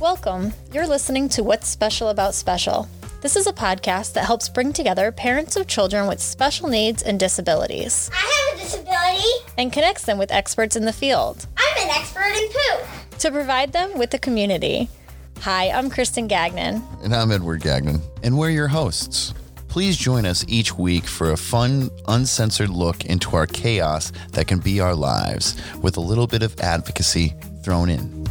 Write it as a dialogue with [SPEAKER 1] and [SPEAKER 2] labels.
[SPEAKER 1] Welcome. You're listening to What's Special About Special. This is a podcast that helps bring together parents of children with special needs and disabilities
[SPEAKER 2] I have a disability.
[SPEAKER 1] and connects them with experts in the field
[SPEAKER 2] I'm an expert in poo.
[SPEAKER 1] to provide them with a community. Hi, I'm Kristen Gagnon.
[SPEAKER 3] And I'm Edward Gagnon, and we're your hosts. Please join us each week for a fun, uncensored look into our chaos that can be our lives with a little bit of advocacy thrown in.